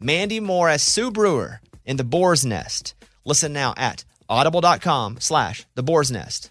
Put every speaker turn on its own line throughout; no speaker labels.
Mandy Moore as Sue Brewer in The Boar's Nest. Listen now at audible.com slash The Boar's Nest.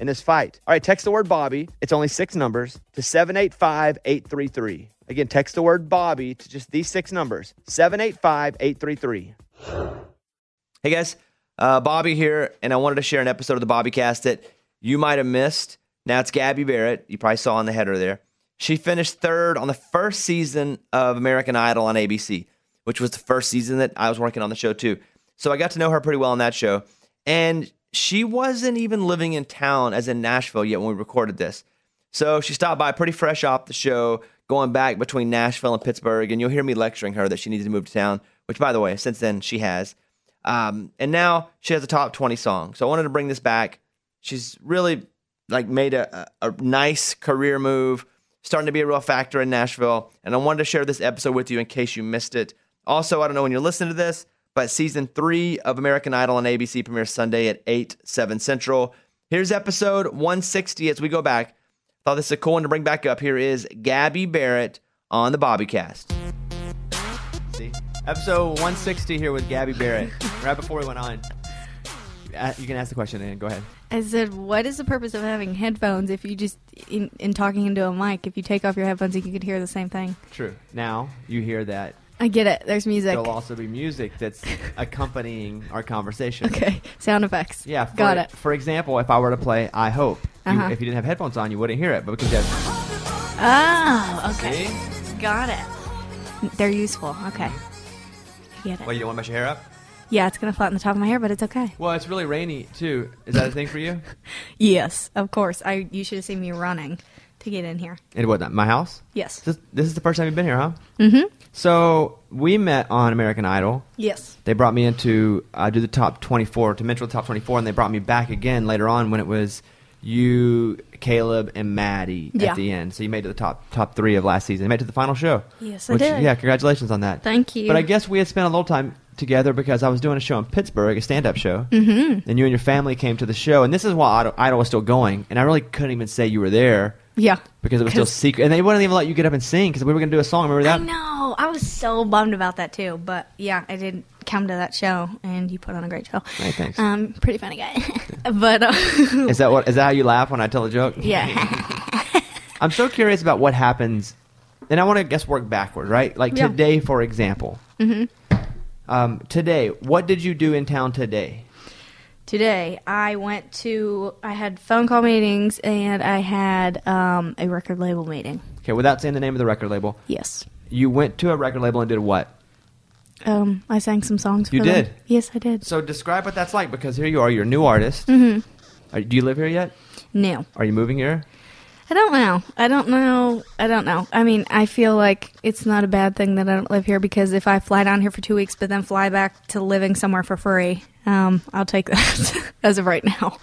in this fight. All right, text the word Bobby. It's only six numbers to 785 833. Again, text the word Bobby to just these six numbers 785 833. Hey guys, uh, Bobby here, and I wanted to share an episode of the Bobbycast that you might have missed. Now it's Gabby Barrett. You probably saw in the header there. She finished third on the first season of American Idol on ABC, which was the first season that I was working on the show too. So I got to know her pretty well on that show. And she wasn't even living in town as in Nashville yet when we recorded this. So she stopped by pretty fresh off the show, going back between Nashville and Pittsburgh. And you'll hear me lecturing her that she needs to move to town, which, by the way, since then she has. Um, and now she has a top 20 song. So I wanted to bring this back. She's really like made a, a a nice career move, starting to be a real factor in Nashville. And I wanted to share this episode with you in case you missed it. Also, I don't know when you're listening to this, but season three of American Idol on ABC premieres Sunday at 8, 7 Central. Here's episode 160 as we go back. Thought this is a cool one to bring back up. Here is Gabby Barrett on the Bobbycast. See? Episode 160 here with Gabby Barrett. right before we went on. Uh, You can ask the question and go ahead.
I said, "What is the purpose of having headphones if you just in, in talking into a mic? If you take off your headphones, you could hear the same thing."
True. Now you hear that
I get it. There's music.
there'll also be music that's accompanying our conversation.
Okay, sound effects.
Yeah, for,
got it.
For example, if I were to play "I Hope," you-
Uh-huh.
if you didn't have headphones on, you wouldn't hear it. But because you have,
Oh, okay, got it. They're useful. Okay, I get it.
you want to mess your hair up?
Yeah, it's gonna flatten the top of my hair, but it's okay.
Well, it's really rainy too. Is that a thing for you?
Yes, of course. I you should have seen me running to get in here.
And what? My house?
Yes.
This, this is the first time you've been here, huh? Mm-hmm. So we met on American Idol.
Yes.
They brought me into uh, do the top twenty four to Metro top twenty four, and they brought me back again later on when it was you, Caleb, and Maddie
Yeah.
at the end. So you made it to the top top three of last season. You made it to the final show.
Yes, I
which-
did.
Yeah, congratulations on that.
Thank you.
But I guess we had spent a little time together because I was doing a show in Pittsburgh, a stand up show. Mm-hmm. And you and your family came to the show. And this is while Idol, Idol was still going. And I really couldn't even say you were there
Yeah.
because it was still
'Cause-
secret. And they wouldn't even let you get up and sing because we were going to do a song. Remember
I
that?
know. I was so bummed about that too, but yeah, I did come to that show, and you put on a great show.
Hey, thanks.
Um, pretty funny guy, but uh,
Is that what? Is that how you laugh when I tell a joke?
yeah,
I'm so curious about what happens, and I want to guess work backward, right? Like
Yeah.
today, for example. Mm-hmm. Um, today, what did you do in town today?
today I went to I had phone call meetings and I had um, a record label meeting.
Okay, without saying the name of the record label,
Yes,
you went to a record label and did what?
um, I sang some songs.
You
for them.
did?
Yes, I did.
So describe what that's like because here you are, you're a new artist. Mm-hmm. Are, do you live here yet?
No,
Are you moving here?
I don't know. I don't know. I don't know. I mean, I feel like it's not a bad thing that I don't live here because if I fly down here for two weeks but then fly back to living somewhere for free, um, I'll take that as of right now.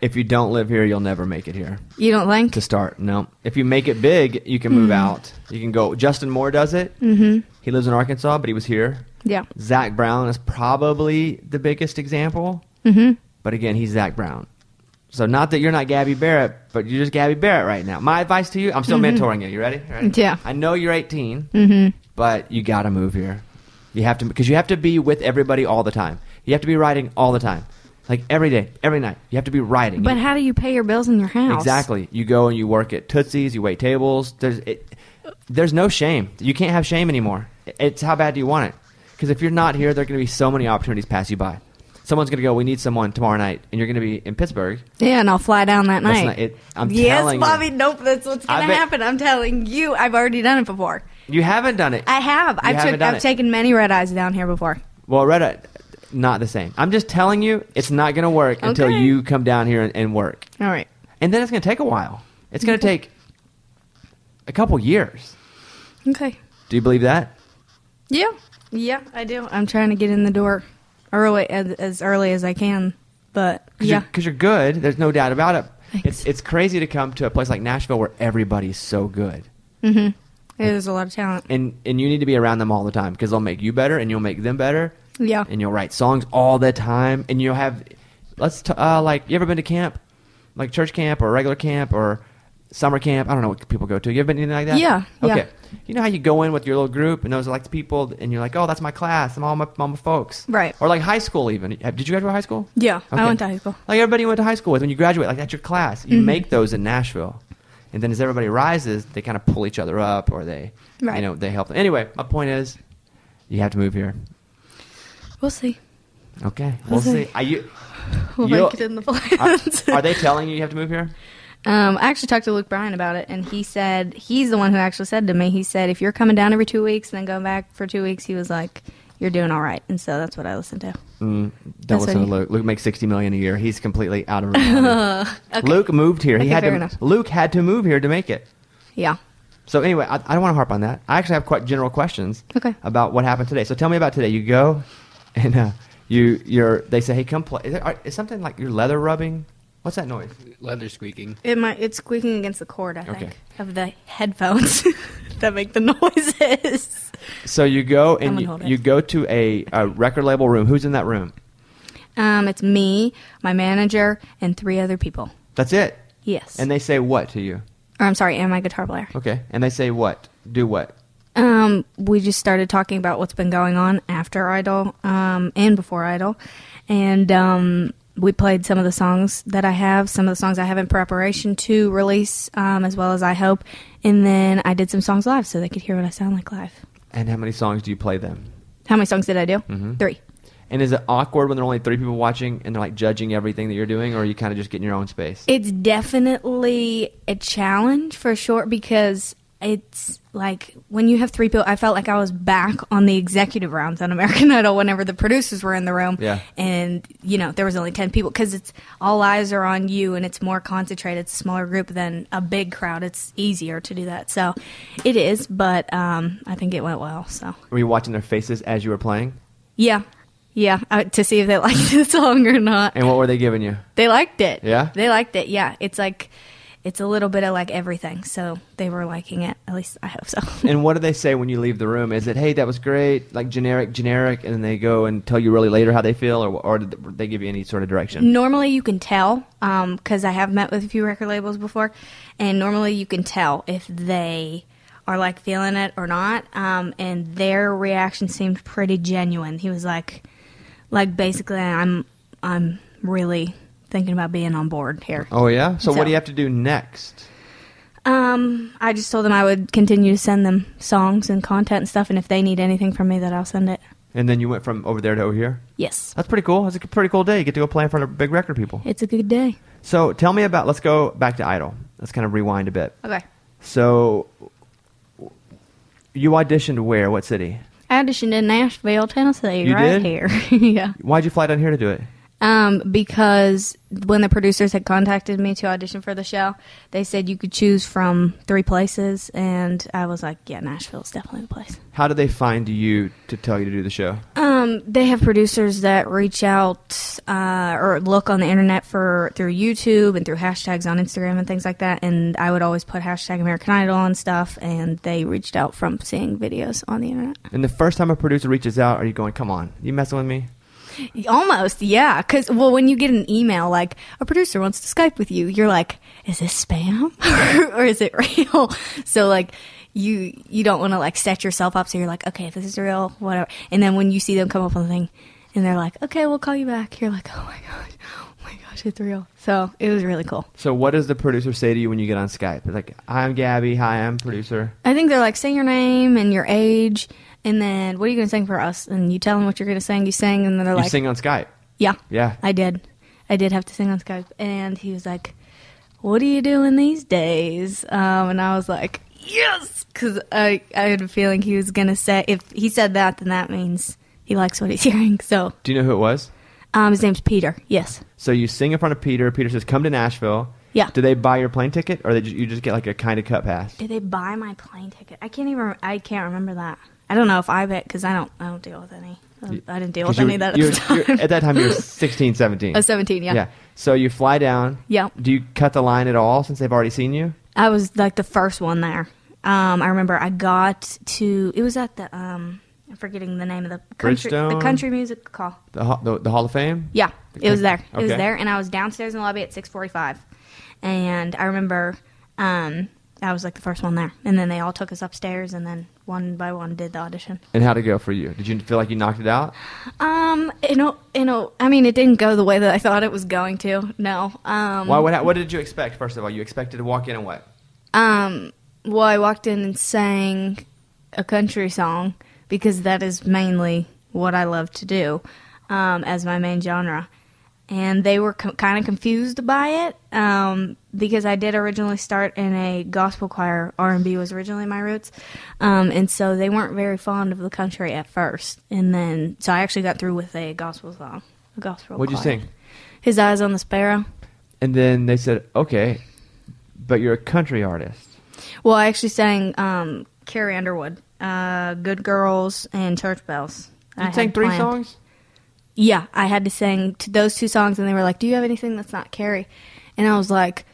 If you don't live here, you'll never make it here
You don't think?
to start. No. If you make it big, you can move out. You can go. Justin Moore does it. Mm-hmm. He lives in Arkansas, but he was here.
Yeah.
Zach Brown is probably the biggest example. Mm-hmm. But again, he's Zach Brown. So not that you're not Gabby Barrett, but you're just Gabby Barrett right now. My advice to you, I'm still mentoring you. You ready? You ready?
Yeah.
I know you're 18, mm-hmm. but you got to move here. You have to because you have to be with everybody all the time. You have to be writing all the time, like every day, every night. You have to be writing.
But how do you pay your bills in your house?
Exactly. You go and you work at Tootsie's. You wait tables. There's it, there's no shame. You can't have shame anymore. It's how bad do you want it? Because if you're not here, there are going to be so many opportunities pass you by. Someone's going to go. We need someone tomorrow night, and you're going to be in Pittsburgh.
Yeah, and I'll fly down that
That's
night.
not it. I'm telling
yes,
you.
Bobby. Nope. That's what's
I
gonna
bet-
happen. I'm telling you. I've already done it before.
You haven't done it.
I have. I've,
haven't
took,
done
I've
it.
taken many red eyes down here before.
Well, Reddit, not the same. I'm just telling you, it's not going to work until
Okay.
you come down here and, and work.
All right.
And then it's going to take a while. It's going to take a couple years.
Okay.
Do you believe that?
Yeah. Yeah, I do. I'm trying to get in the door early as, as early as I can. But
Cause
yeah.
Because you're, good. There's no doubt about it.
Thanks.
It's, it's crazy to come to a place like Nashville where everybody's so good.
There's a lot of talent.
And, and you need to be around them all the time because they'll make you better and you'll make them better.
Yeah.
And you'll write songs all the time. And you'll have, let's, t- uh, like, you ever been to camp? Like church camp or regular camp or summer camp? I don't know what people go to. You ever been to anything like that?
Yeah, yeah.
Okay. You know how you go in with your little group and those are like the people and you're like, oh, that's my class. I'm all my, all my folks.
Right.
Or like high school even. Did you graduate high school?
Yeah, I
Okay.
went to high school. Mm-hmm.
Like everybody you went to high school with when you graduate, like that's your class. You make those in Nashville. And then as everybody rises, they kind of pull each other up or they
Right.
you know, they help them. Anyway, my point is you have to move here.
We'll see.
Okay. We'll
Okay.
see. Are you
We'll
You'll-
make it in the
are,
plans.
are they telling you you have to move here?
Um, I actually talked to Luke Bryan about it, and he said he's the one who actually said to me. He said, "If you're coming down every two weeks and then going back for two weeks, he was like, you're doing all right." And so that's what I listened to.
Don't
That's
listen to
what he-
Luke. Luke makes sixty million a year. He's completely out of reality. Luke moved here. he
Okay,
had
fair
to.
enough.
Luke had to move here to make it.
Yeah.
So anyway, I, I don't want to harp on that. I actually have quite general questions
Okay.
about what happened today. So tell me about today. You go, and uh, you you're. They say, hey, come play. Is, there, are- is something like your leather rubbing? What's that noise?
Leather squeaking.
It might. It's squeaking against the cord. I
Okay.
think of the headphones that make the noises.
So you go and
Someone
you,
hold it.
you go to a, a record label room. Who's in that room?
Um, it's me, my manager, and three other people.
That's it.
Yes.
And they say what to you?
or I'm sorry, and my guitar player.
Okay. And they say what? Do what?
Um, we just started talking about what's been going on after Idol, um, and before Idol, and um, we played some of the songs that I have, some of the songs I have in preparation to release, um, as well as I hope, and then I did some songs live so they could hear what I sound like live.
And how many songs do you play them?
How many songs did I do? Three.
And is it awkward when there are only three people watching and they're like judging everything that you're doing, or are you kind of just getting your own space?
It's definitely a challenge for sure because it's like when you have three people. I felt like I was back on the executive rounds on American Idol whenever the producers were in the room.
Yeah.
And, you know, there was only 10 people because it's all eyes are on you and it's more concentrated, it's a smaller group than a big crowd. It's easier to do that. So it is, but um, I think it went well. So,
Were you watching their faces as you were playing?
yeah. Yeah. Uh, to see if they liked the song or not.
And what were they giving you?
They liked it.
Yeah?
They liked it. Yeah. It's like it's a little bit of like everything. So they were liking it. At least I hope so.
And what do they say when you leave the room? Is it, hey, that was great, like generic, generic, and then they go and tell you really later how they feel, or, or did they give you any sort of direction?
normally you can tell um, 'cause cuz I have met with a few record labels before and normally you can tell if they are like feeling it or not um, and their reaction seemed pretty genuine. He was like like basically I'm I'm really thinking about being on board here.
Oh, yeah? So, what
So-
do you have to do next?
Um, I just told them I would continue to send them songs and content and stuff, and if they need anything from me, that I'll send it.
And then you went from over there to over here?
Yes,
That's pretty cool. That's a pretty cool day. You get to go play in front of big record people.
it's a good day.
So, tell me about, let's go back to Idol. Let's kind of rewind a bit.
Okay,
So, you auditioned where? What city?
I auditioned in Nashville, Tennessee,
You
right
did?
here. yeah,
Why'd you fly down here to do it?
um, because when the producers had contacted me to audition for the show, they said you could choose from three places, and I was like, yeah, Nashville's definitely the place.
How did they find you to tell you to do the show?
Um, they have producers that reach out uh, or look on the internet for through YouTube and through hashtags on Instagram and things like that. And I would always put hashtag American Idol and stuff, and they reached out from seeing videos on the internet.
And the first time a producer reaches out, are you going, come on, you messing with me?
Almost, yeah. Because well, when you get an email like a producer wants to Skype with you, you're like, is this spam or is it real? So like, you you don't want to like set yourself up. So you're like, okay, if this is real, whatever. And then when you see them come up on the thing, and they're like, okay, we'll call you back. You're like, oh my god, oh my gosh, it's real. So it was really cool.
So what does the producer say to you when you get on Skype? It's like, "Hi, I'm Gabby. Hi, I'm producer."
I think they're like, say your name and your age, and then what are you going to sing for us? And you tell them what you're going to sing. You sing, and then they're
you
like,
sing on Skype.
yeah,
Yeah.
I did. I did have to sing on Skype. And he was like, What are you doing these days? Um, and I was like, Yes! Because I, I had a feeling he was going to say, if he said that, then that means he likes what he's hearing. So
Do you know who it was?
um, his name's Peter. Yes.
So you sing in front of Peter. Peter says, "Come to Nashville."
Yeah.
Do they buy your plane ticket, or they ju- you just get like a kind of cut pass?
Did they buy my plane ticket? I can't even, I can't remember that. I don't know if I bet because I don't, I don't deal with any. I didn't deal
'Cause
with
you
any
were-
of that at
you
the
were-
time.
you were- at that time, you were 16, 17.
I was 17, yeah.
Yeah. So you fly down.
Yeah.
Do you cut the line at all since they've already seen you?
I was like the first one there. Um, I remember I got to it was at the um, I'm forgetting the name of the country the
Bridgestone?
country music hall.
The Ho- the, the Hall of Fame.
Yeah, it was there. It was
Okay.
there, and I was downstairs in the lobby at 6:45, and I remember um, I was like the first one there, and then they all took us upstairs, and then one by one did the audition.
And how'd it go for you? Did you feel like you knocked it out?
Um, you know, you know, I mean, it didn't go the way that I thought it was going to. No. Um,
Why? What, what did you expect? First of all, you expected to walk in and what?
Um, well, I walked in and sang a country song because that is mainly what I love to do um, as my main genre. And they were co- kind of confused by it um, because I did originally start in a gospel choir. R and B was originally my roots, um, and so they weren't very fond of the country at first. And then, so I actually got through with a gospel song, a gospel.
What'd you
choir.
sing?
His eyes on the sparrow.
And then they said, "Okay, but you're a country artist."
Well, I actually sang um, Carrie Underwood, uh, "Good Girls" and "Church Bells." I
You
had
sang three
planned.
songs.
Yeah, I had to sing to those two songs, and they were like, "Do you have anything that's not Carrie?" And I was like,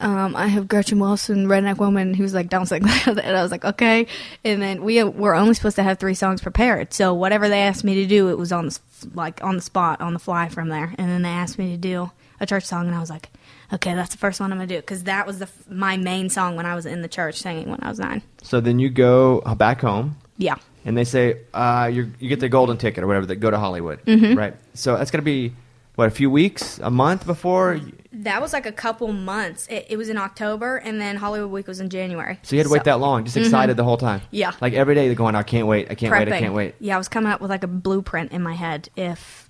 um, "I have Gretchen Wilson, Redneck Woman." Who's like, "Don't sing that," and I was like, "Okay." And then we uh, were only supposed to have three songs prepared, so whatever they asked me to do, it was on the s- like on the spot, on the fly from there. And then they asked me to do a church song, and I was like, "Okay, that's the first one I'm gonna do," because that was the f- my main song when I was in the church singing when I was nine.
So then you go back home.
Yeah.
and they say uh, you you get the golden ticket or whatever. That go to Hollywood, mm-hmm. right? So that's gonna be what a few weeks, a month before.
That was like a couple months. It, it was in October, and then Hollywood Week was in January.
So you had to wait that long, just excited the whole time.
Mm-hmm. Yeah.
like every day they're going, I can't wait, I can't wait, I can't wait.
Yeah, I was coming up with like a blueprint in my head. If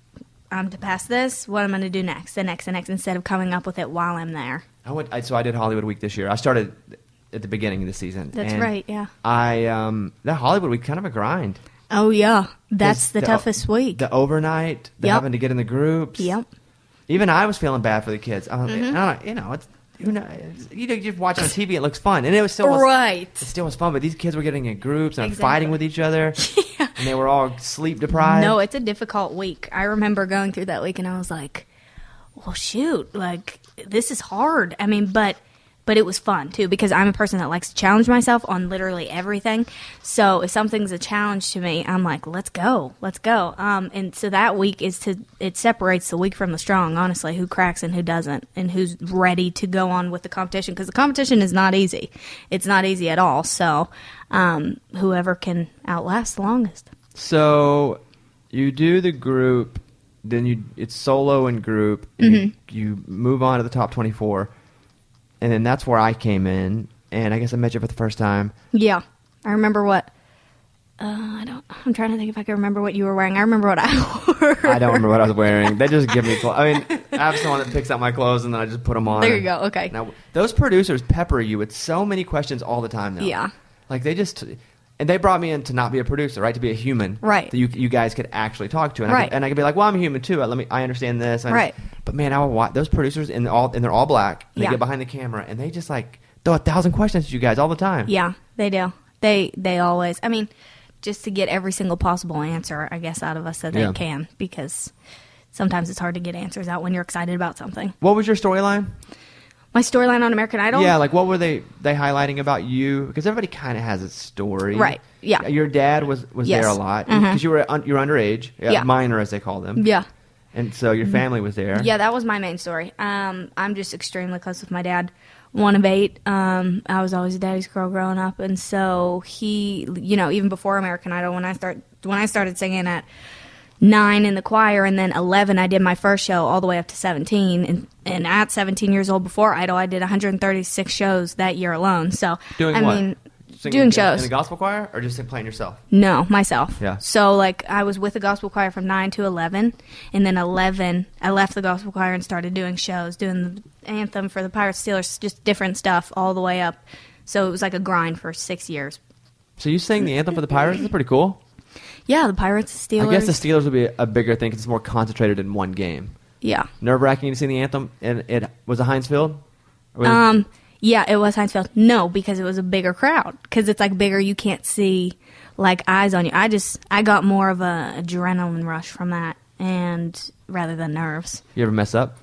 I'm to pass this, what I'm going to do next, the next, the next, instead of coming up with it while I'm there.
I went, I, so I did Hollywood Week this year. I started at the beginning of the season.
That's
and
right, yeah.
I um that Hollywood Week kind of a grind.
Oh yeah, that's
'Cause
the, toughest week.
The overnight, the
Yep.
having to get in the groups.
yep.
Even I was feeling bad for the kids. I,
Mm-hmm.
I don't, you know, it's, who knows? You know, you watch it on TV, it looks fun, and it was still was-
Right.
It still was fun, but these kids were getting in groups and
Exactly.
fighting with each other, and they were all sleep deprived.
No, it's a difficult week. I remember going through that week and I was like, well, shoot, like this is hard. I mean, but but it was fun too because I'm a person that likes to challenge myself on literally everything. So if something's a challenge to me, I'm like, let's go, let's go. Um, and so that week is to it separates the weak from the strong. Honestly, who cracks and who doesn't, and who's ready to go on with the competition because the competition is not easy. It's not easy at all. So um, whoever can outlast the longest.
so you do the group, then you it's solo and group. and
Mm-hmm.
You, you move on to the top twenty four, and then that's where I came in, and I guess I met you for the first time.
Yeah, I remember what. Uh, I don't. I'm trying to think if I can remember what you were wearing. I remember what I wore.
I don't remember what I was wearing. They just give me clothes. I mean, I have someone that picks out my clothes and then I just put them on.
There you go. Okay.
Now, those producers pepper you with so many questions all the time now.
Yeah.
Like they just, and they brought me in to not be a producer, right? To be a human.
Right.
That you, you guys could actually talk to. And I
Right.
could, and I could be like, well, I'm a human too. I, let me, I understand this. I-
Right.
But man, I would watch those producers and all, and they're all black. They
Yeah.
get behind the camera and they just like throw a thousand questions at you guys all the time.
Yeah, they do. They they always. I mean, just to get every single possible answer, I guess, out of us that they
Yeah.
can, because sometimes it's hard to get answers out when you're excited about something.
What was your storyline?
My storyline on American Idol.
Yeah, like what were they they highlighting about you? Because everybody kind of has a story,
Right, yeah.
Uh,
Your dad was was
Yes.
there a lot
Mhm.
because you were un, you were underage, yeah,
Yeah.
minor as they call them.
Yeah. Mm-hmm.
And so your family was there.
Yeah, that was my main story. Um, I'm just extremely close with my dad. One of eight. Um, I was always a daddy's girl growing up, and so he, you know, even before American Idol, when I start when I started singing at nine in the choir, and then eleven, I did my first show all the way up to seventeen, and and at seventeen years old before Idol, I did 136 shows that year alone. So
Doing
I
what?
mean,
Singing
doing
in-
shows.
in a gospel choir or just playing yourself.
No, myself.
Yeah.
So like I was with the gospel choir from 9 to 11 and then 11 I left the gospel choir and started doing shows, doing the anthem for the Pirates Steelers, just different stuff all the way up. So it was like a grind for 6 years.
So you sang the anthem for the Pirates. That's pretty cool.
Yeah, the Pirates Steelers.
I guess the Steelers would be a bigger thing because it's more concentrated in one game.
yeah.
Nerve wracking to sing the anthem, and it was it Hinesfield. Or was it-
Um yeah, it was Hinesfield. No, because it was a bigger crowd cuz it's like bigger you can't see like eyes on you. I just I got more of a adrenaline rush from that and rather than nerves.
you ever mess up?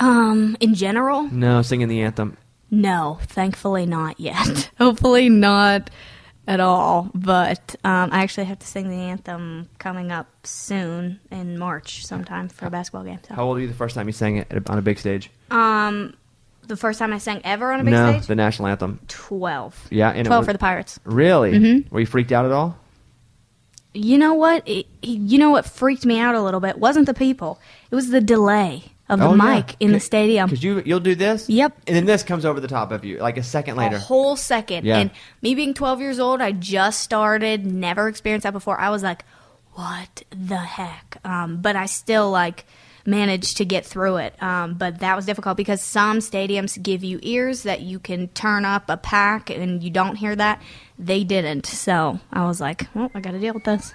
In general,
No, singing the anthem.
No, thankfully not yet. Hopefully not at all. But um, I actually have to sing the anthem coming up soon in March sometime for a basketball game. So
How old were you the first time you sang it at a- on a big stage?
the first time I sang ever on a big
no,
stage,
the national anthem.
twelve.
Yeah, and it
twelve
was-
for the Pirates.
Really?
Mm-hmm.
Were you freaked out at all?
You know what? It, it- you know what freaked me out a little bit wasn't the people. It was the delay of the
Oh, yeah.
mic in the stadium.
Because you you'll do this.
Yep.
And then this comes over the top of you, like a second later.
A whole second.
Yeah.
And me being 12 years old, I just started, never experienced that before. I was like, what the heck? Um, but I still like managed to get through it. Um, but that was difficult because some stadiums give you ears that you can turn up a pack and you don't hear that. They didn't. So I was like, well, I got to deal with this.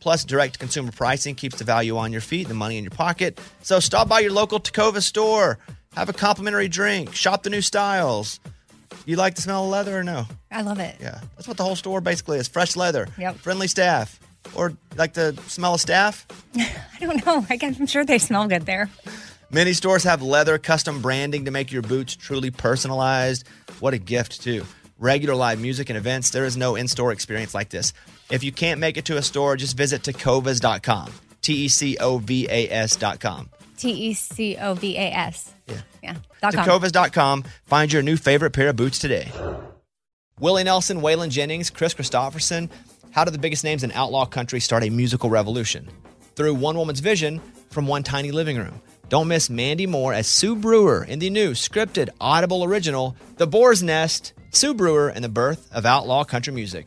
Plus, direct consumer pricing keeps the value on your feet, the money in your pocket. So stop by your local Tacova store, have a complimentary drink, shop the new styles. You like the smell of leather or no?
I love it.
Yeah, that's what the whole store basically is: fresh leather,
Yep.
friendly staff, or like the smell of staff.
I don't know. Like, I'm sure they smell good there.
Many stores have leather custom branding to make your boots truly personalized. What a gift, too. Regular live music and events, there is no in store experience like this. If you can't make it to a store, just visit tecovas.com. T E C O V A S.com.
T E C O V A S. Yeah. Yeah. Dot com.
Tecovas.com. Find your new favorite pair of boots today. Willie Nelson, Waylon Jennings, Chris Christopherson. How did the biggest names in outlaw country start a musical revolution? Through one woman's vision from one tiny living room. Don't miss Mandy Moore as Sue Brewer in the new scripted Audible original, The Boar's Nest, Sue Brewer and the Birth of Outlaw Country Music.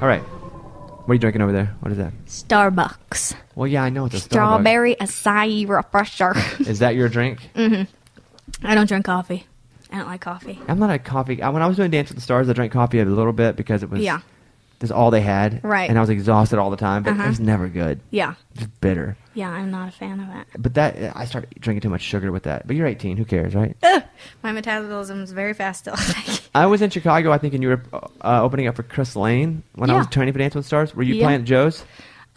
All right. What are you drinking over there? What is that?
Oh,
Starbucks.
Well, yeah, I know it's a Starbucks.
Strawberry Mm. acai refresher.
Is that your drink?
I don't drink coffee. I don't like coffee.
I'm not a coffee. I, when I was doing Dance with the Stars, I drank coffee a little bit because it was
Yeah.
That's all they had,
Right.
And I was exhausted all the time, but it
Uh-huh.
was never good.
Yeah.
Just bitter.
Yeah, I'm not a fan of it.
But that I started drinking too much sugar with that. But you're 18. Who cares, right?
My metabolism is very fast still.
I was in Chicago, I think, and you were uh, opening up for Chris Lane when I
Yeah.
was training for Dance with the Stars. Were you
Yeah.
playing at Joe's?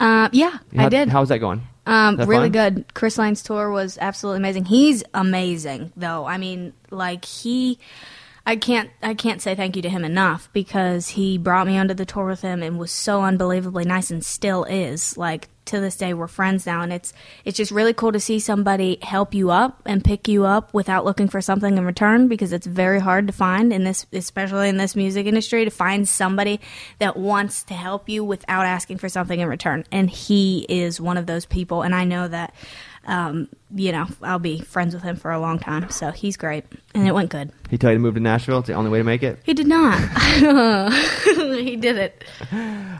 uh, yeah, I
How-
did.
How was that going?
Um,
That
really
fun?
good. Chris Lane's tour was absolutely amazing. He's amazing, though. I mean, like he, I can't, I can't say thank you to him enough because he brought me onto the tour with him and was so unbelievably nice and still is. Like to this day, we're friends now, and it's it's just really cool to see somebody help you up and pick you up without looking for something in return because it's very hard to find in this, especially in this music industry, to find somebody that wants to help you without asking for something in return. And he is one of those people, and I know that um, you know, I'll be friends with him for a long time. So he's great. And it went good.
He tell you to move to Nashville. It's the only way to make it.
He did not. he did it.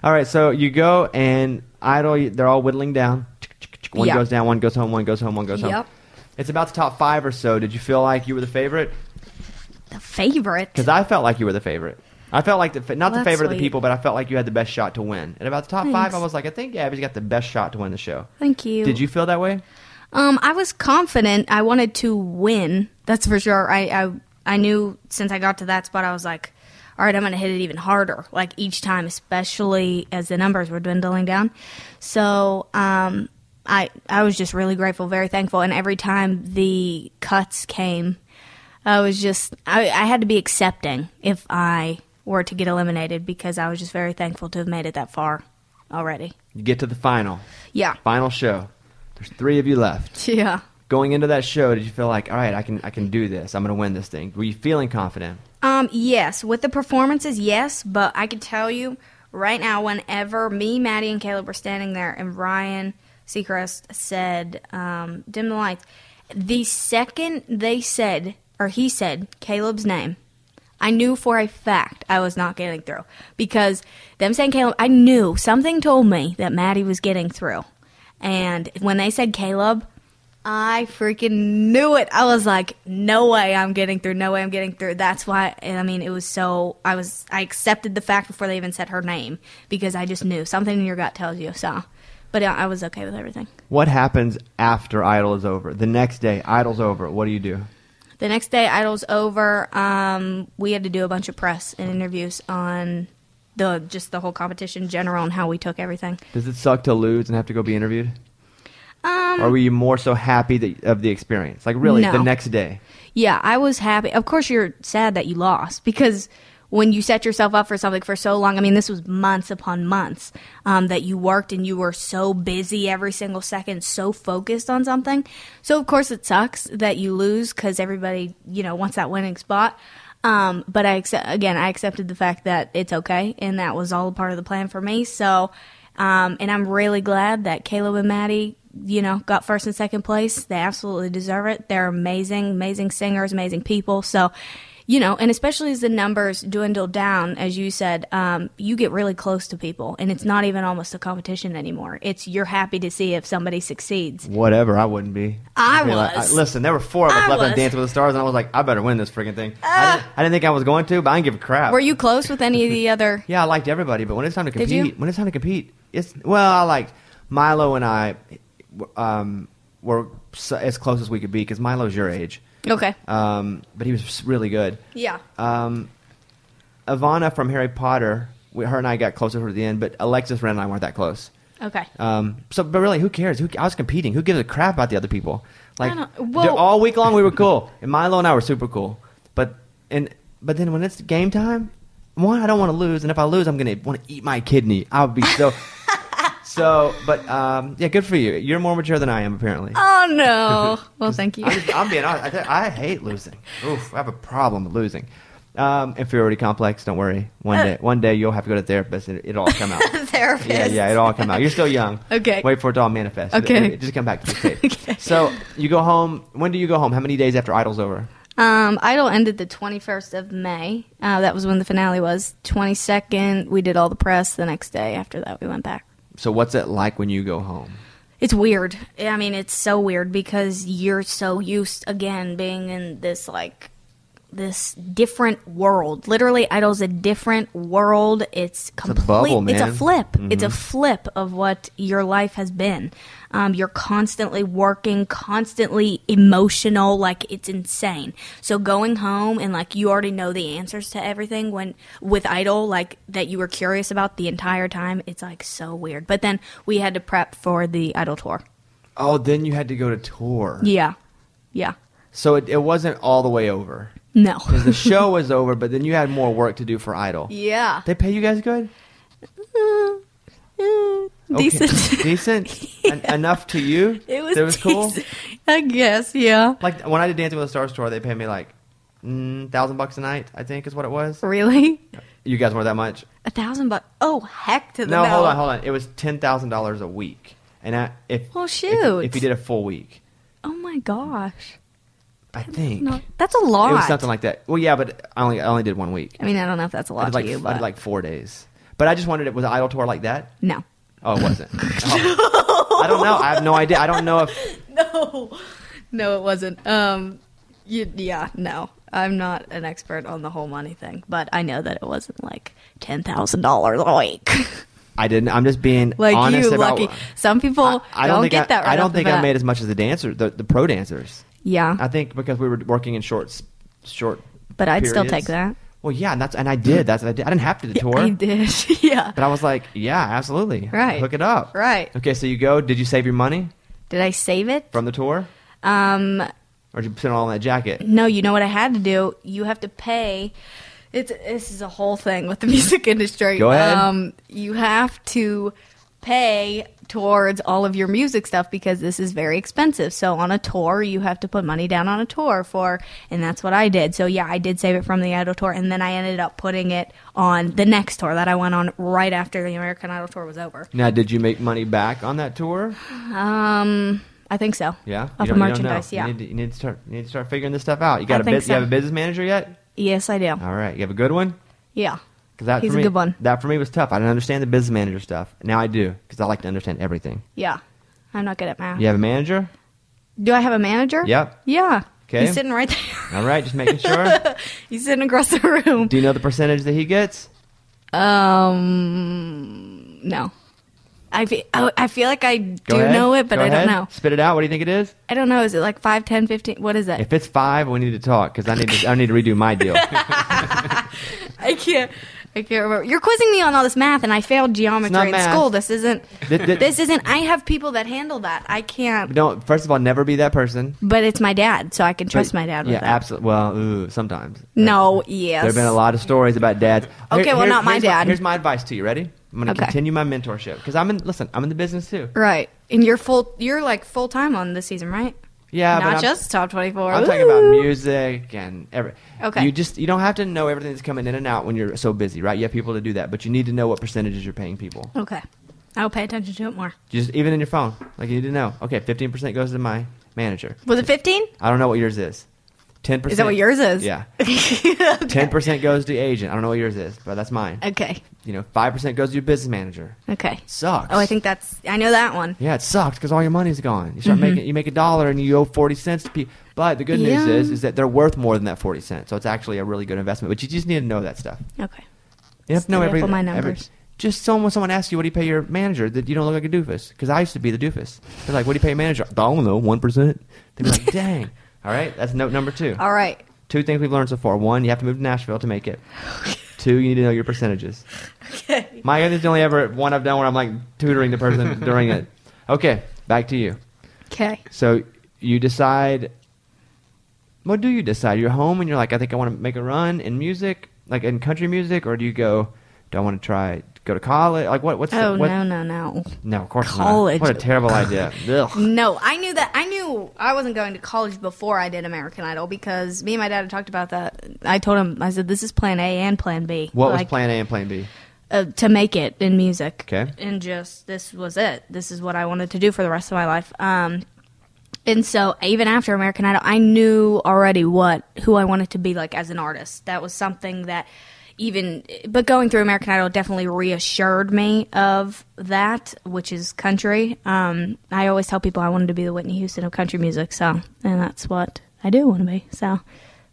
All right, so you go and idle. They're all whittling down. One
Yeah.
goes down, one goes home, one goes home, one goes home.
Yep.
It's about the top five or so. Did you feel like you were the favorite?
The favorite.
Because I felt like you were the favorite. I felt like the fa- not
Well,
the
that's
favorite of
sweet.
the people, but I felt like you had the best shot to win. And about the top five,
Thanks.
I was like, I think Abby's got the best shot to win the show.
Thank you.
Did you feel that way?
Um, I was confident. I wanted to win. That's for sure. I, I I knew since I got to that spot, I was like, all right, I'm going to hit it even harder. Like each time, especially as the numbers were dwindling down. So um, I I was just really grateful, very thankful, and every time the cuts came, I was just I, I had to be accepting if I were to get eliminated because I was just very thankful to have made it that far already.
You get to the final,
Yeah.
final show. There's three of you left.
Yeah.
Going into that show, did you feel like, all right, I can, I can do this. I'm going to win this thing. Were you feeling confident?
Um, yes, with the performances, yes, but I can tell you right now, whenever me, Maddie, and Caleb were standing there, and Ryan Seacrest said, um, "Dim the lights," the second they said or he said Caleb's name, I knew for a fact I was not getting through because them saying Caleb, I knew something told me that Maddie was getting through, and when they said Caleb, I freaking knew it. I was like, no way I'm getting through. No way I'm getting through. That's why, I mean, it was so, I was, I accepted the fact before they even said her name because I just knew something in your gut tells you. So, but yeah, I was okay with everything.
What happens after Idol is over? The next day, Idol's over. What do you do?
The next day, Idol's over. Um, we had to do a bunch of press and interviews on the, just the whole competition in general and how we took everything.
Does it suck to lose and have to go be interviewed? Um, or were you more so happy that, of the experience? Like, really,
No.
the next day?
Yeah, I was happy. Of course, you're sad that you lost because when you set yourself up for something for so long, I mean, this was months upon months um, that you worked and you were so busy every single second, so focused on something. So, of course, it sucks that you lose because everybody, you know, wants that winning spot. Um, but I accept, again, I accepted the fact that it's okay, and that was all a part of the plan for me. So, um, and I'm really glad that Caleb and Maddie, you know, got first and second place. They absolutely deserve it. They're amazing, amazing singers, amazing people. So, you know, and especially as the numbers dwindle down, as you said, um, you get really close to people, and it's not even almost a competition anymore. It's you're happy to see if somebody succeeds.
Whatever, I wouldn't be.
I
I'd be like-
was.
listen, there were four of us
I
left on
was. Uh,
Dance with the Stars, and I was like, I better win this freaking thing. I, didn't, I didn't think I was going to, but I didn't give a crap.
Were you close with any of the other?
Yeah, I liked everybody, but when it's time to
Did you?
compete, when it's time to compete, it's well, I liked Milo and I um, were so, as close as we could be because Milo's your age,
Okay.
um, but he was really good.
Yeah.
Um, Ivana from Harry Potter, we, her and I got closer toward the end, but Alexis Wren and I weren't that close.
Okay.
Um, so, but really, who cares? Who, I was competing. Who gives a crap about the other people? Like
I don't- well-
all week long, we were cool, and Milo and I were super cool. But and but then when it's game time, one, I don't want to lose, and if I lose, I'm gonna want to eat my kidney. I would be so. so, but um, yeah, good for you. You're more mature than I am, apparently.
Oh no. Well, thank you.
I'm, just, I'm being honest. I, th- I hate losing. Oof, I have a problem with losing. Um, inferiority complex. Don't worry. One day, one day you'll have to go to therapist, and it'll all come out.
Therapist.
Yeah, yeah, it'll all come out. You're still young.
Okay.
Wait for it to all manifest.
Okay.
It- it- just come back to the tape. So you go home. When do you go home? How many days after Idol's over?
Um, Idol ended the 21st of May. Uh, that was when the finale was. 22nd, we did all the press. The next day after that, we went back.
So what's it like when you go home?
It's weird. I mean, it's so weird because you're so used again being in this like this different world. Literally, Idol's a different world. It's complete.
bubble,
it's a
man. Mm-hmm.
flip. It's a flip of what your life has been. Um, you're constantly working, constantly emotional. Like it's insane. So going home and like you already know the answers to everything. When with Idol, like that you were curious about the entire time. It's like so weird. But then we had to prep for the Idol tour.
Oh, then you had to go to tour.
Yeah, yeah.
So it, it wasn't all the way over.
No.
The show was over, but then you had more work to do for Idol.
yeah.
They pay you guys good? Okay.
Decent.
Decent? En- enough to you?
It was,
That was cool?
decent. I guess, yeah.
Like when I did Dancing with the Stars tour, they paid me like mm, thousand bucks a night, I think is what it was.
Really?
You guys weren't that much?
A thousand bucks. Oh, heck to the
No,
no.
hold on, hold on. It was ten thousand dollars a week, and I, if
Well,
if-
shoot.
if, you did a full week,
Oh my gosh.
I think
No, that's a
it
lot.
was something like that. Well, yeah, but I only I only did one week.
I mean, I don't know if that's a
I
lot
did like
to you, but
I did like four days, but I just wondered it was an idol tour like that.
no.
Oh, it wasn't. Oh. I don't know. I have no idea. I don't know if
No. No, it wasn't. Um you, yeah, no. I'm not an expert on the whole money thing, but I know that it wasn't like $10,000 a week.
I didn't. I'm just being
like
honest
you
about.
lucky. Some people
I, I
don't,
don't think
get
I,
that right
I
off
don't
the
think I
bat.
made as much as the dancer, the, the pro dancers.
Yeah.
I think because we were working in short, s- short.
But I'd still
periods.
take that.
Well, yeah, and that's and I did. That's what I did. I didn't have to do the tour.
I did. yeah.
But I was like, yeah, absolutely.
Right.
Hook it up.
Right.
Okay, so you go. Did you save your money
Did I save it?
from the tour?
Um,
Or did you put it all in that jacket?
no, you know what I had to do? You have to pay. It's, this is a whole thing with the music industry.
Go ahead.
Um, you have to pay towards all of your music stuff because this is very expensive. So on a tour, you have to put money down on a tour for, and that's what I did. So yeah, I did save it from the Idol tour, and then I ended up putting it on the next tour that I went on right after the American Idol tour was over.
Now, did you make money back on that tour?
Um, I think so.
Yeah. You
Off
don't-
of
you don't
merchandise.
know.
Yeah.
You need, to, you need to start. You need to start figuring this stuff out. You got
I
a
think
bus- You have
so.
a business manager yet?
yes, I do.
All right. You have a good one.
Yeah.
'Cause that
He's
for
a
me,
good one.
That for me was tough. I didn't understand the business manager stuff. Now I do because I like to understand everything.
Yeah. I'm not good at math.
You have a manager.
Do I have a manager?
Yep.
Yeah.
'Kay.
He's sitting right there.
All right. Just making sure.
He's sitting across the room.
do you know the percentage that he gets?
Um, no. I fe- I I feel like I do
Go ahead.
know it, but
Go
I don't
ahead.
know.
Spit it out. What do you think it is?
I don't know. Is it like 5, 10, 15? What is that?
If it's five, we need to talk because I need to, I need to redo my deal.
I can't. I can't remember. You're quizzing me on all this math, and I failed
not
geometry in
math.
school. This isn't.
Th- th-
this isn't. I have people that handle that. I can't.
Don't first of all, never be that person.
But it's my dad, so I can trust my dad with
Yeah,
that.
absolutely. Well, ooh, sometimes
No. Yes.
there have been a lot of stories about dads.
Okay, well, not my
here's
dad.
here's my advice to you. Ready? I'm going to
Okay.
continue my mentorship because I'm in. Listen, I'm in the business too.
Right. And you're full you're like full time on this season, right?
Yeah, but
Not
I'm-
just top twenty four.
I'm talking about music and every.
Okay.
You just you don't have to know everything that's coming in and out when you're so busy, right? You have people to do that, but you need to know what percentages you're paying people.
Okay. I'll pay attention to it more.
Just even in your phone, like you need to know. Okay, 15% goes to my manager.
Was it fifteen?
I don't know what yours is. Ten percent.
Is that what yours is?
Yeah. Ten percent goes to agent. I don't know what yours is, but that's mine.
Okay.
You know, five percent goes to your business manager.
Okay.
Sucks.
Oh, I think that's I know that one.
Yeah, it sucks because all your money's gone. You
Mm-hmm.
start making you make a dollar and you owe forty cents to people. But the good
Yeah.
news is is that they're worth more than that forty cents, so it's actually a really good investment. But you just need to know that stuff.
Okay.
You have to know
Stay up
every,
on my
every-
numbers.
just someone someone asks you what do you pay your manager that you don't look like a doofus because I used to be the doofus. They're like, what do you pay your manager? I don't know, one percent. They'd be like, dang. All right, that's note number two.
All right.
Two things we've learned so far. One, you have to move to Nashville to make it. Two, you need to know your percentages. Okay. My this is the only ever one I've done where I'm like tutoring the person during it. Okay, back to you.
Okay.
So you decide. What do you decide? You're home and you're like, I think I want to make a run in music, like in country music, or do you go, do I want to try go to college? Like what? What's
Oh
the, what?
no no no
No, of course
College.
not. What a terrible idea. Ugh.
no! I knew that I knew I wasn't going to college before I did American Idol because me and my dad had talked about that. I told him I said this is Plan A and Plan B.
What was
Like,
Plan A and Plan B?
uh, to make it in music.
Okay.
And just this was it. This is what I wanted to do for the rest of my life. Um, and so even after American Idol, I knew already what who I wanted to be like as an artist. That was something that even but going through American Idol definitely reassured me of that, which is country. Um, I always tell people I wanted to be the Whitney Houston of country music, so and that's what I do want to be. So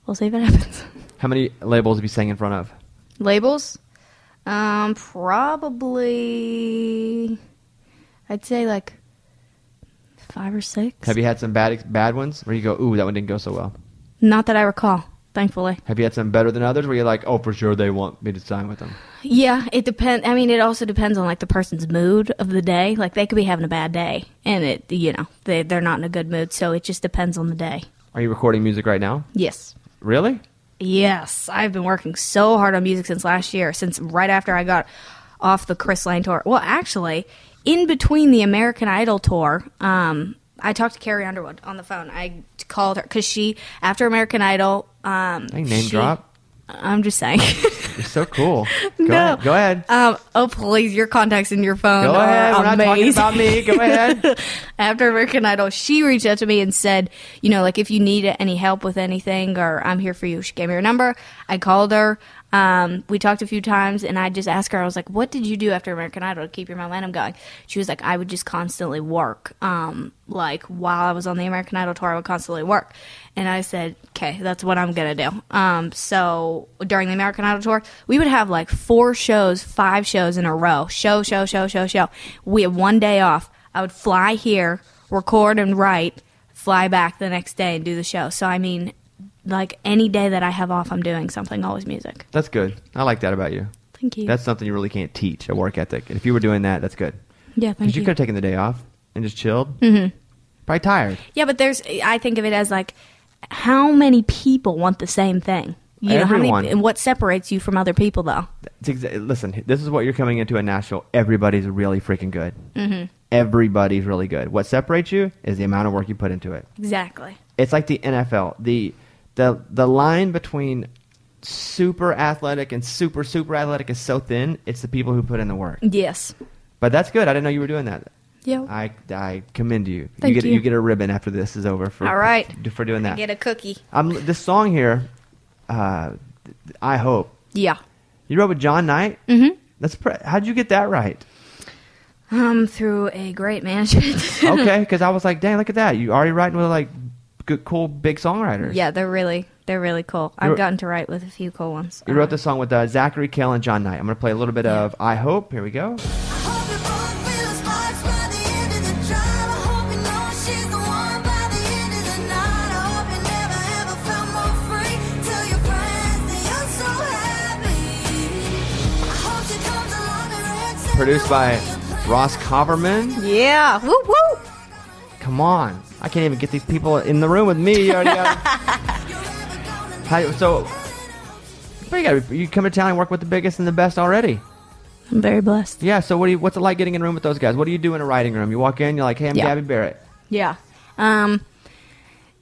we'll see if it happens.
How many labels have you sang in front of?
Labels? Um, probably. I'd say like five or six.
Have you had some bad ex- bad ones where you go, ooh, that one didn't go so well?
Not that I recall, thankfully.
Have you had some better than others where you're like, oh, for sure they want me to sign with them?
Yeah, it depends. I mean, it also depends on like the person's mood of the day. Like they could be having a bad day, and it you know they they're not in a good mood, so it just depends on the day.
Are you recording music right now?
Yes.
Really?
Yes, I've been working so hard on music since last year, since right after I got off the Chris Lane tour. Well, actually, in between the American Idol tour, um, I talked to Carrie Underwood on the phone. I called her because she, after American Idol, um,
Dang, name
she-
drop.
I'm just saying.
You're so cool. Go
No.
ahead. Go ahead.
um, oh, please, your contacts in your phone.
Go
are
ahead. We're not talking
amazing
about me. Go ahead.
after American Idol, she reached out to me and said, you know, like if you need any help with anything or I'm here for you, she gave me her number. I called her. Um, we talked a few times and I just asked her, I was like, what did you do after American Idol to keep your momentum going? She was like, I would just constantly work. Um, like while I was on the American Idol tour, I would constantly work. And I said, okay, that's what I'm going to do. Um, so during the American Idol tour, we would have like four shows, five shows in a row show, show, show, show, show. We had one day off. I would fly here, record and write, fly back the next day and do the show. So I mean, like any day that I have off, I'm doing something. Always music.
That's good. I like that about you.
Thank you.
That's something you really can't teach a work ethic. And if you were doing that, that's good.
yeah,
Because
thank
you
you.
could have taken the day off and just chilled. Mm-hmm. Probably tired.
yeah, but there's. I think of it as like, how many people want the same thing? You know, how
Everyone.
many, and what separates you from other people, though?
It's exa- listen, this is what you're coming into at Nashville. Everybody's really freaking good. Mm-hmm. Everybody's really good. What separates you is the amount of work you put into it.
Exactly.
It's like the NFL. The the the line between super athletic and super super athletic is so thin. It's the people who put in the work.
Yes.
But that's good. I didn't know you were doing that.
Yeah.
I, I commend you.
Thank
you get
you.
you get a ribbon after this is over for
All right.
for doing that.
Get a cookie.
I'm this song here. Uh, th- I hope
Yeah.
you wrote with John Knight. Mm-hmm. That's pre- how'd you get that right?
Um, through a great management.
Okay, because I was like, dang, look at that. You already writing with like good, cool big songwriters.
yeah, they're really they're really cool. I've
You're-
gotten to write with a few cool ones.
You wrote this song with uh, Zachary Kale and John Knight. I'm gonna play a little bit of I Hope. Here we go.
hope your boy feels sparks by the end of the drive. I hope you know she's the one by the end of the night. I hope you never ever felt more free. Tell your friends that you're so happy. I hope she comes along and reacts
Produced by Ross Coverman.
Yeah. Woo woo.
Come on, I can't even get these people in the room with me. You already got. How, so, but you got you come to town and work with the biggest and the best already.
I'm very blessed.
Yeah. So what do you, what's it like getting in a room with those guys? What do you do in a writing room? You walk in, you're like, hey, I'm
Yeah.
Gabby Barrett.
Yeah. Um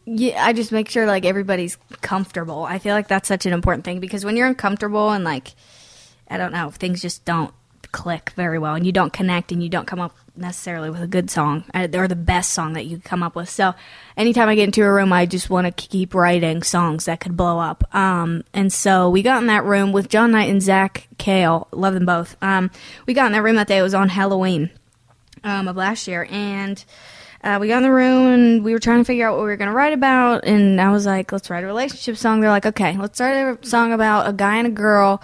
yeah, I just make sure like everybody's comfortable. I feel like that's such an important thing because when you're uncomfortable and like I don't know, things just don't click very well and you don't connect and you don't come up necessarily with a good song uh, or the best song that you could come up with. So, anytime I get into a room, I just want to keep writing songs that could blow up. Um, and so we got in that room with John Knight and Zach Kale. Love them both. Um, we got in that room that day. It was on Halloween um, of last year, and uh, we got in the room and we were trying to figure out what we were going to write about. And I was like, "Let's write a relationship song." They're like, "Okay, let's write a song about a guy and a girl.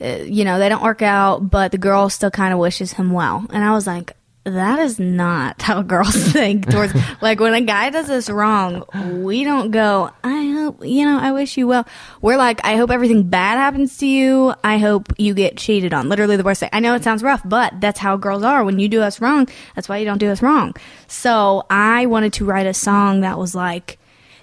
Uh, you know, they don't work out, but the girl still kind of wishes him well." And I was like. That is not how girls think towards like when a guy does us wrong, we don't go, I hope you know, I wish you well. We're like, I hope everything bad happens to you. I hope you get cheated on. Literally the worst thing. I know it sounds rough, but that's how girls are. When you do us wrong, that's why you don't do us wrong. So I wanted to write a song that was like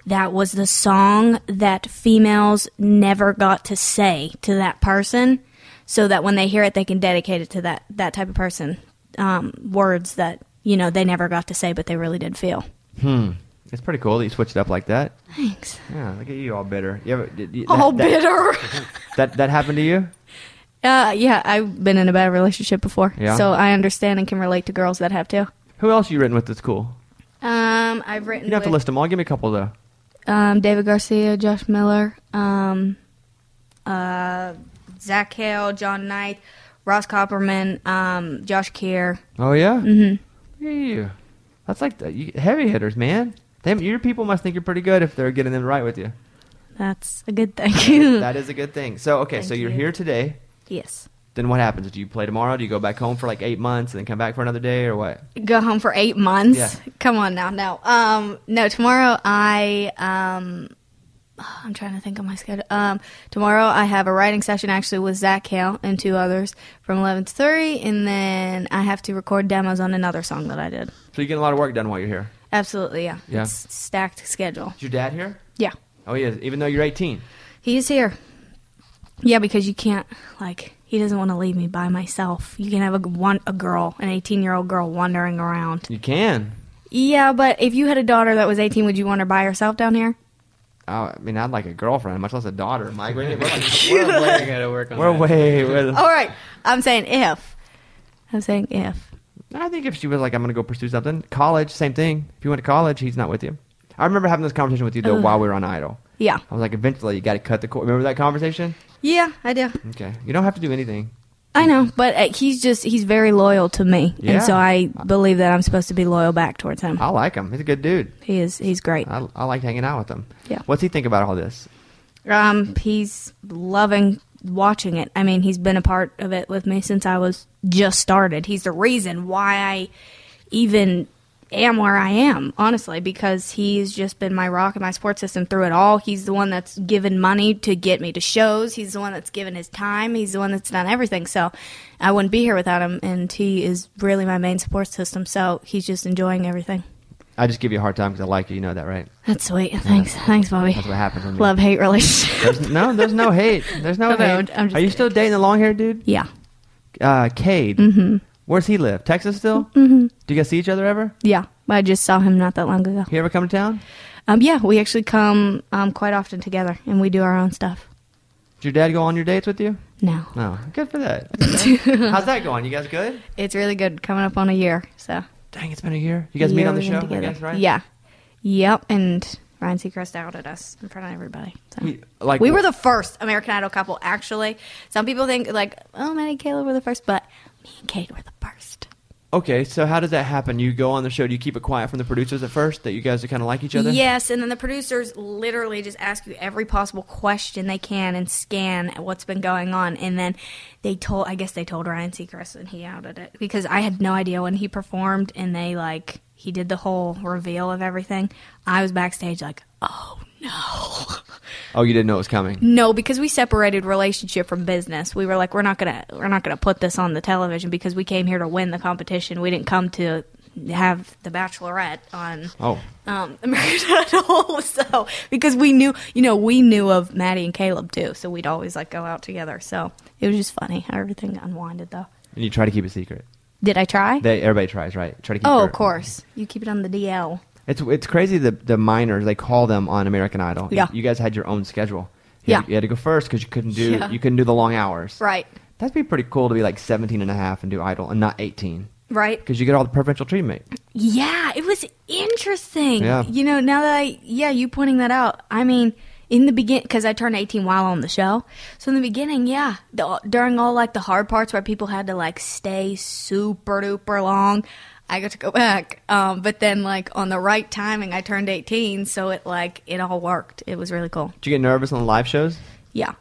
that was the song that females never got to say to that person. so that when they hear it, they can dedicate it to that that type of person. Um, words that you know they never got to say, but they really did feel.
It's pretty cool that you switched it up like that.
Thanks.
Yeah, look at you all bitter. You ever, did you-
All
that- that-
bitter.
That, that happened to you?
uh, yeah, I've been in a bad relationship before,
Yeah.
so I understand and can relate to girls that have too.
Who else you written with that's cool?
Um, I've written.
You don't have to
with-
list them all. Give me a couple though.
um, David Garcia, Josh Miller, um, uh, Zach Hale, John Knight, Ross Copperman, um, Josh Keir.
Oh yeah. Mm-hmm. you. That's like the, you, heavy hitters, man. Them, your people must think you're pretty good if they're getting them right with you.
That's a good thing.
That is a good thing. So okay, so
Thank
you're
you.
here today.
yes.
Then what happens? Do you play tomorrow? Do you go back home for like eight months and then come back for another day or what?
Go home for eight months.
Yeah.
Come on now. No. Um, no, tomorrow I, um, I'm trying to think of my schedule. Um, tomorrow I have a writing session actually with Zach Hale and two others from 11 to 3, and then I have to record demos on another song that I did.
So you get a lot of work done while you're here.
Absolutely, yeah.
Yeah.
It's stacked schedule.
Is your dad here?
Yeah.
Oh, he is. Even though you're 18.
He is here. Yeah, because you can't like he doesn't want to leave me by myself. You can have a g- one a girl, an 18-year-old girl wandering around.
You can.
Yeah, but if you had a daughter that was 18, would you want her by herself down here?
Oh, I mean, I'd like a girlfriend, much less a daughter. My we're, like,
I gotta work on
we're
that.
way. We're,
All right. I'm saying if. I'm saying if.
I think if she was like, I'm gonna go pursue something, college, same thing. If you went to college, he's not with you. I remember having this conversation with you though while we were on Idol.
Yeah.
I was like, eventually you got to cut the cord. Remember that conversation?
Yeah, I do.
Okay, you don't have to do anything.
I know, but uh, he's just he's very loyal to me.
Yeah.
And so I believe that I'm supposed to be loyal back towards him.
I like him. He's a good dude.
He is he's great.
I, I like hanging out with him.
Yeah.
What's he think about all this?
Um, he's loving watching it. I mean, he's been a part of it with me since I was just started. He's the reason why I even am where I am, honestly, because he's just been my rock and my support system through it all. He's the one that's given money to get me to shows. He's the one that's given his time. He's the one that's done everything. So I wouldn't be here without him. And he is really my main support system. So he's just enjoying everything.
I just give you a hard time because I like you. You know that, right?
That's sweet. Thanks. Thanks, Bobby.
That's what happens when you-
Love hate relationship.
No, there's no hate. There's no
No,
hate.
I'm just
Are you
kidding.
still dating the long haired dude?
yeah.
Uh, Cade. Mm-hmm. Where's he live? Texas still? Mm-hmm. Do you guys see each other ever?
Yeah, I just saw him not that long ago.
He ever come to town?
Um, yeah, we actually come um, quite often together, and we do our own stuff
Did your dad go on your dates with you?
now.
No. Good for that. How's that going? You guys good?
It's really good, coming up on a year. So
Dang, it's been a year. You guys meet
Year
on the
we've been
show, I guess, right?
Yeah, yep. And Ryan Seacrest outed us in front of everybody. So.
We,
We-
like
were the first American Idol couple, actually. Some people think, like, oh, Maddie and Caleb were the first, but me and Kate were the first.
Okay, so how does that happen? You go on the show. Do you keep it quiet from the producers at first that you guys are kind of like each other?
Yes, and then the producers literally just ask you every possible question they can and scan what's been going on. And then they told, I guess they told Ryan Seacrest and he outed it because I had no idea when he performed and they like, he did the whole reveal of everything. I was backstage like, oh no.
Oh, you didn't know it was coming.
No, because we separated relationship from business. We were like, we're not gonna, we're not gonna put this on the television because we came here to win the competition. We didn't come to have the Bachelorette on
Oh,
um, American Idol. So because we knew, you know, we knew of Maddie and Caleb too, so we'd always like go out together. So it was just funny how everything unwinded though.
and you try to keep it secret.
Did I try?
They everybody tries, right? Try to keep.
oh,
your-
of course. You keep it on the DL.
It's it's crazy. The the minors they call them on American Idol.
Yeah.
You guys had your own schedule. You Had,
Yeah.
you had to go first because you couldn't do
Yeah.
you couldn't do the long hours.
Right.
That'd be pretty cool to be like 17 and a half and do Idol and not 18
Right.
because you get all the preferential treatment.
Yeah, it was interesting.
Yeah.
You know, now that I, yeah, you pointing that out, I mean, in the beginning, because I turned 18 while on the show. So in the beginning, yeah, the, during all like the hard parts where people had to like stay super duper long, I got to go back. Um, but then like on the right timing, I turned 18. So it like, it all worked. It was really cool.
Do you get nervous on the live shows?
Yeah.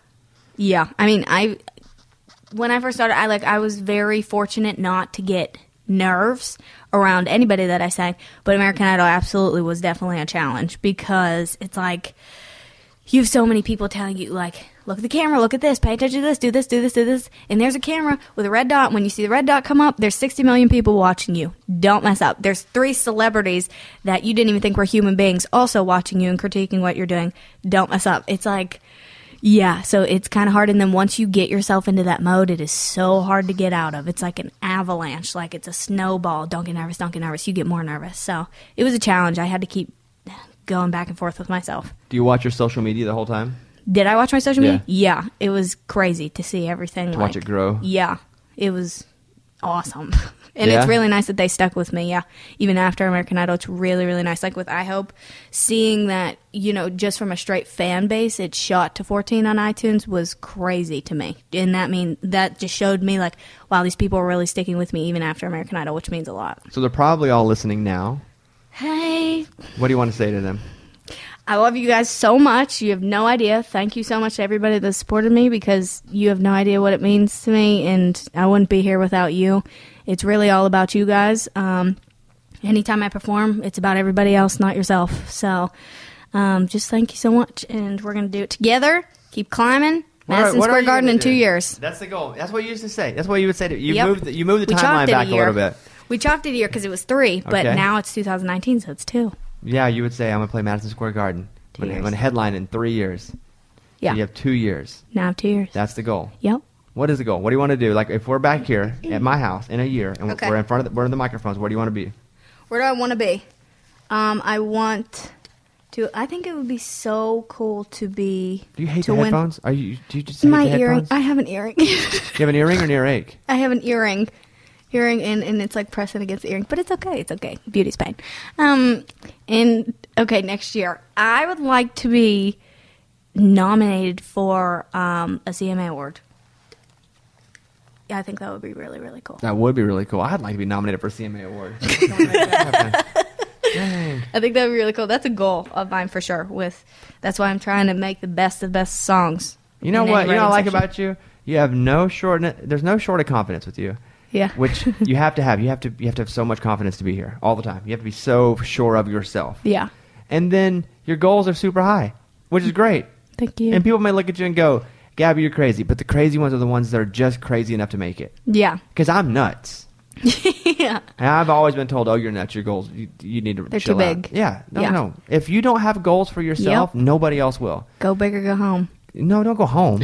Yeah. I mean, I when I first started, I like I was very fortunate not to get nerves around anybody that I sang, but American Idol absolutely was definitely a challenge because it's like you have so many people telling you like look at the camera look at this pay attention to this do this do this do this and there's a camera with a red dot when you see the red dot come up there's 60 million people watching you don't mess up there's three celebrities that you didn't even think were human beings also watching you and critiquing what you're doing don't mess up it's like Yeah, so it's kind of hard. And then once you get yourself into that mode, it is so hard to get out of. It's like an avalanche, like it's a snowball. Don't get nervous, don't get nervous. You get more nervous. So it was a challenge. I had to keep going back and forth with myself.
Do you watch your social media the whole time?
Did I watch my social media? Yeah, it was crazy to see everything.
To watch
like-
it grow?
Yeah, it was awesome. And
Yeah?
it's really nice that they stuck with me. Yeah, even after American Idol, it's really, really nice. Like with I Hope, seeing that, you know, just from a straight fan base, it shot to 14 on iTunes was crazy to me. And that mean that just showed me, like, wow, these people are really sticking with me even after American Idol, which means a lot.
So they're probably all listening now.
Hey,
What do you want to say to them?
I love you guys so much. You have no idea. Thank you so much to everybody that supported me because you have no idea what it means to me, and I wouldn't be here without you. It's really all about you guys. Um, anytime I perform, it's about everybody else, not yourself. So um, just thank you so much, and we're going to do it together. Keep climbing. Madison Square Garden in two years.
That's the goal. That's what you used to say. That's what you would say. To, you
Yep.
moved. The, you moved the
We
timeline
chopped it
back a,
year.
little bit.
We chopped it a year because it was three, but
Okay.
now it's 2019, so it's two.
Yeah, you would say I'm gonna play Madison Square Garden. I'm gonna, I'm
years.
gonna headline in three years.
Yeah.
You have two years.
Now two years.
That's the goal.
yep.
What is the goal? What do you want to do? Like if we're back here at my house in a year and
Okay.
we're in front of the, we're in the microphones, where do you want to be?
Where do I want to be? Um, I want to. I think it would be so cool to be.
Do you hate
to
the
win-
headphones? Are you? Do you just hate
My
the
earring.
headphones?
I have an earring.
You have an earring or an earache?
I have an earring, earring, and and it's like pressing against the earring. But it's okay. It's okay. Beauty's pain. Um, and okay, next year I would like to be nominated for um a CMA award. Yeah, I think that would be really really cool.
That would be really cool. I'd like to be nominated for a CMA award.
I think that would be really cool. That's a goal of mine for sure. With that's why I'm trying to make the best of best songs.
You know
in
what?
any
You know what I like
writing section.
about you? You have no short. There's no short of confidence with you.
Yeah.
Which you have to have. You have to. You have to have so much confidence to be here all the time. You have to be so sure of yourself.
Yeah.
And then your goals are super high, which is great.
Thank you.
And people may look at you and go, "Gabby, you're crazy." But the crazy ones are the ones that are just crazy enough to make it.
yeah.
Because I'm nuts.
yeah.
And I've always been told, "Oh, you're nuts. Your goals, you, you need to
They're
chill
too
out."
big.
Yeah. No,
Yeah.
no. If you don't have goals for yourself, nobody else will.
Go big or go home.
No, don't go home.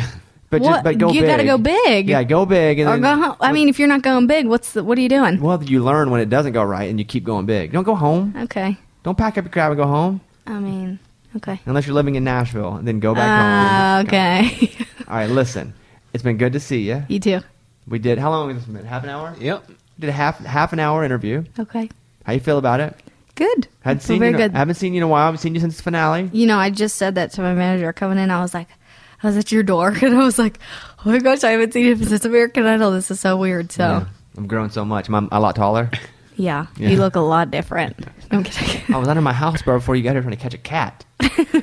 But just
What?
but go
You
big.
gotta go big.
Yeah, go big and
Or
then,
go home. I mean, if you're not going big, what's the, what are you doing?
Well, you learn when it doesn't go right and you keep going big. Don't go home.
Okay.
Don't pack up your crap and go home
I mean, okay.
unless you're living in Nashville and then go back
Uh,
home.
okay.
All right, listen. It's been good to see you.
you too.
We did how long has this been? Half an hour?
Yep.
Did a half half an hour interview.
Okay.
How you feel about it?
Good.
Hadn't
Feel
seen
very
you in a-
good.
haven't seen you in a while. haven't seen you since the finale.
you know, I just said that to my manager coming in. I was like, I was at your door, and I was like, oh my gosh, I haven't seen him since American Idol. This is so weird. So.
Yeah. I'm growing so much. I'm a lot taller.
Yeah,
Yeah. Oh,
you look a lot different. I'm kidding.
I was under my house, bro, before you got here trying to catch a cat.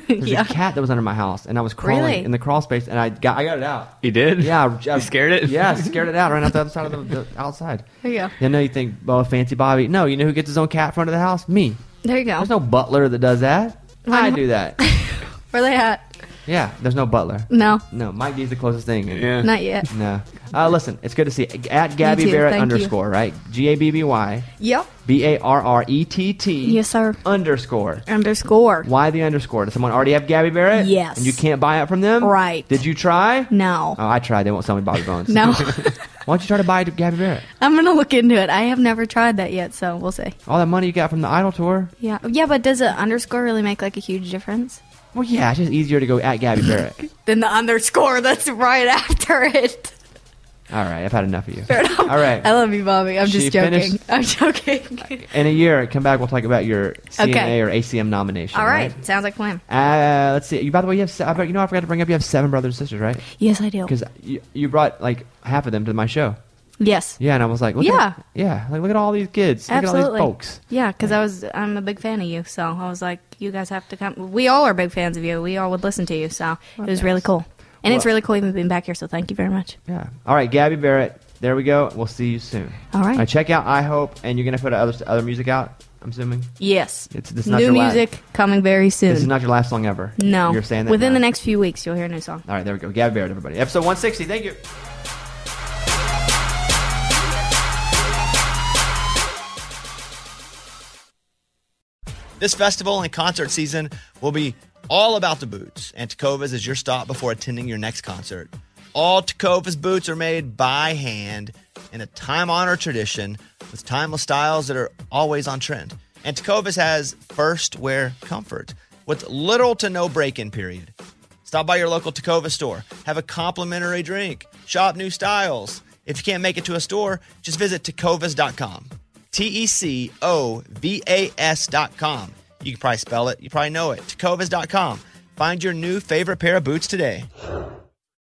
There's
Yeah.
a cat that was under my house, and I was crawling
Really?
in the crawl space, and I got I got it out.
You did?
Yeah, I- I-
You scared it?
Yeah, I scared it out. Ran out the other side of the, the outside.
There you go.
You know, you think, oh, fancy Bobby. No, you know who gets his own cat in front of the house? Me.
There you go.
There's no butler that does that. I do that.
Where they at?
Yeah, there's no butler.
No,
No, Mike D's the closest thing.
Yeah.
not yet.
No. Uh, listen, it's good to see you. At Gabby
too,
Barrett
thank you.
underscore, right? G A B B Y
Yep.
B A R R E T T.
Yes, sir.
Underscore.
Underscore.
Why the underscore? Does someone already have Gabby Barrett?
Yes.
And you can't buy it from them?
Right.
Did you try?
No.
Oh, I tried. They won't sell me Bobby Bones.
No.
Why don't you try to buy Gabby Barrett?
I'm gonna look into it. I have never tried that yet, so we'll see.
All that money you got from the Idol tour?
Yeah, yeah, but does an underscore really make like a huge difference?
Well, yeah, it's just easier to go at Gabby Barrett.
Then the underscore that's right after it.
All right, I've had enough of you. All right.
I love you, Bobby. I'm
She
just joking.
finished-
I'm joking.
In a year, come back. We'll talk about your CMA
Okay.
or ACM nomination.
All right, sounds like a plan.
Uh, let's see. You, by the way, you have. Se- I bet- you know, I forgot to bring up. You have seven brothers and sisters, right?
Yes, I do.
Because you, you brought like half of them to my show.
Yes,
Yeah, and I was like, look
Yeah.
at, yeah, like look at all these kids, look at all
absolutely.
these folks.
Yeah, because I was I'm a big fan of you, so I was like, you guys have to come. We all are big fans of you. We all would listen to you, so it was really cool. And it's
Well-
really cool even being back here. So thank you very much.
Yeah. All right, Gabby Barrett. There we go. We'll see you soon.
All right.
check out I Hope, and you're gonna put other other music out. I'm assuming
Yes.
It's- this is not
new
your last-
music coming very soon.
this is not your last song ever.
no.
You're saying that
within
now.
the next few weeks you'll hear a new song.
All right, there we go. Gabby Barrett, everybody. Episode 160. Thank you.
This festival and concert season will be
all about the boots, and Tecovas is your stop before attending your next concert. All Tecovas boots are made by hand in a time honored tradition with timeless styles that are always on trend. And Tecovas has first wear comfort with little to no break in period. Stop by your local Tacova store. Have a complimentary drink. Shop new styles. If you can't make it to a store, just visit tacovas.com. T E C O V A S.com. You can probably spell it. You probably know it. Tacovas.com. Find your new favorite pair of boots today.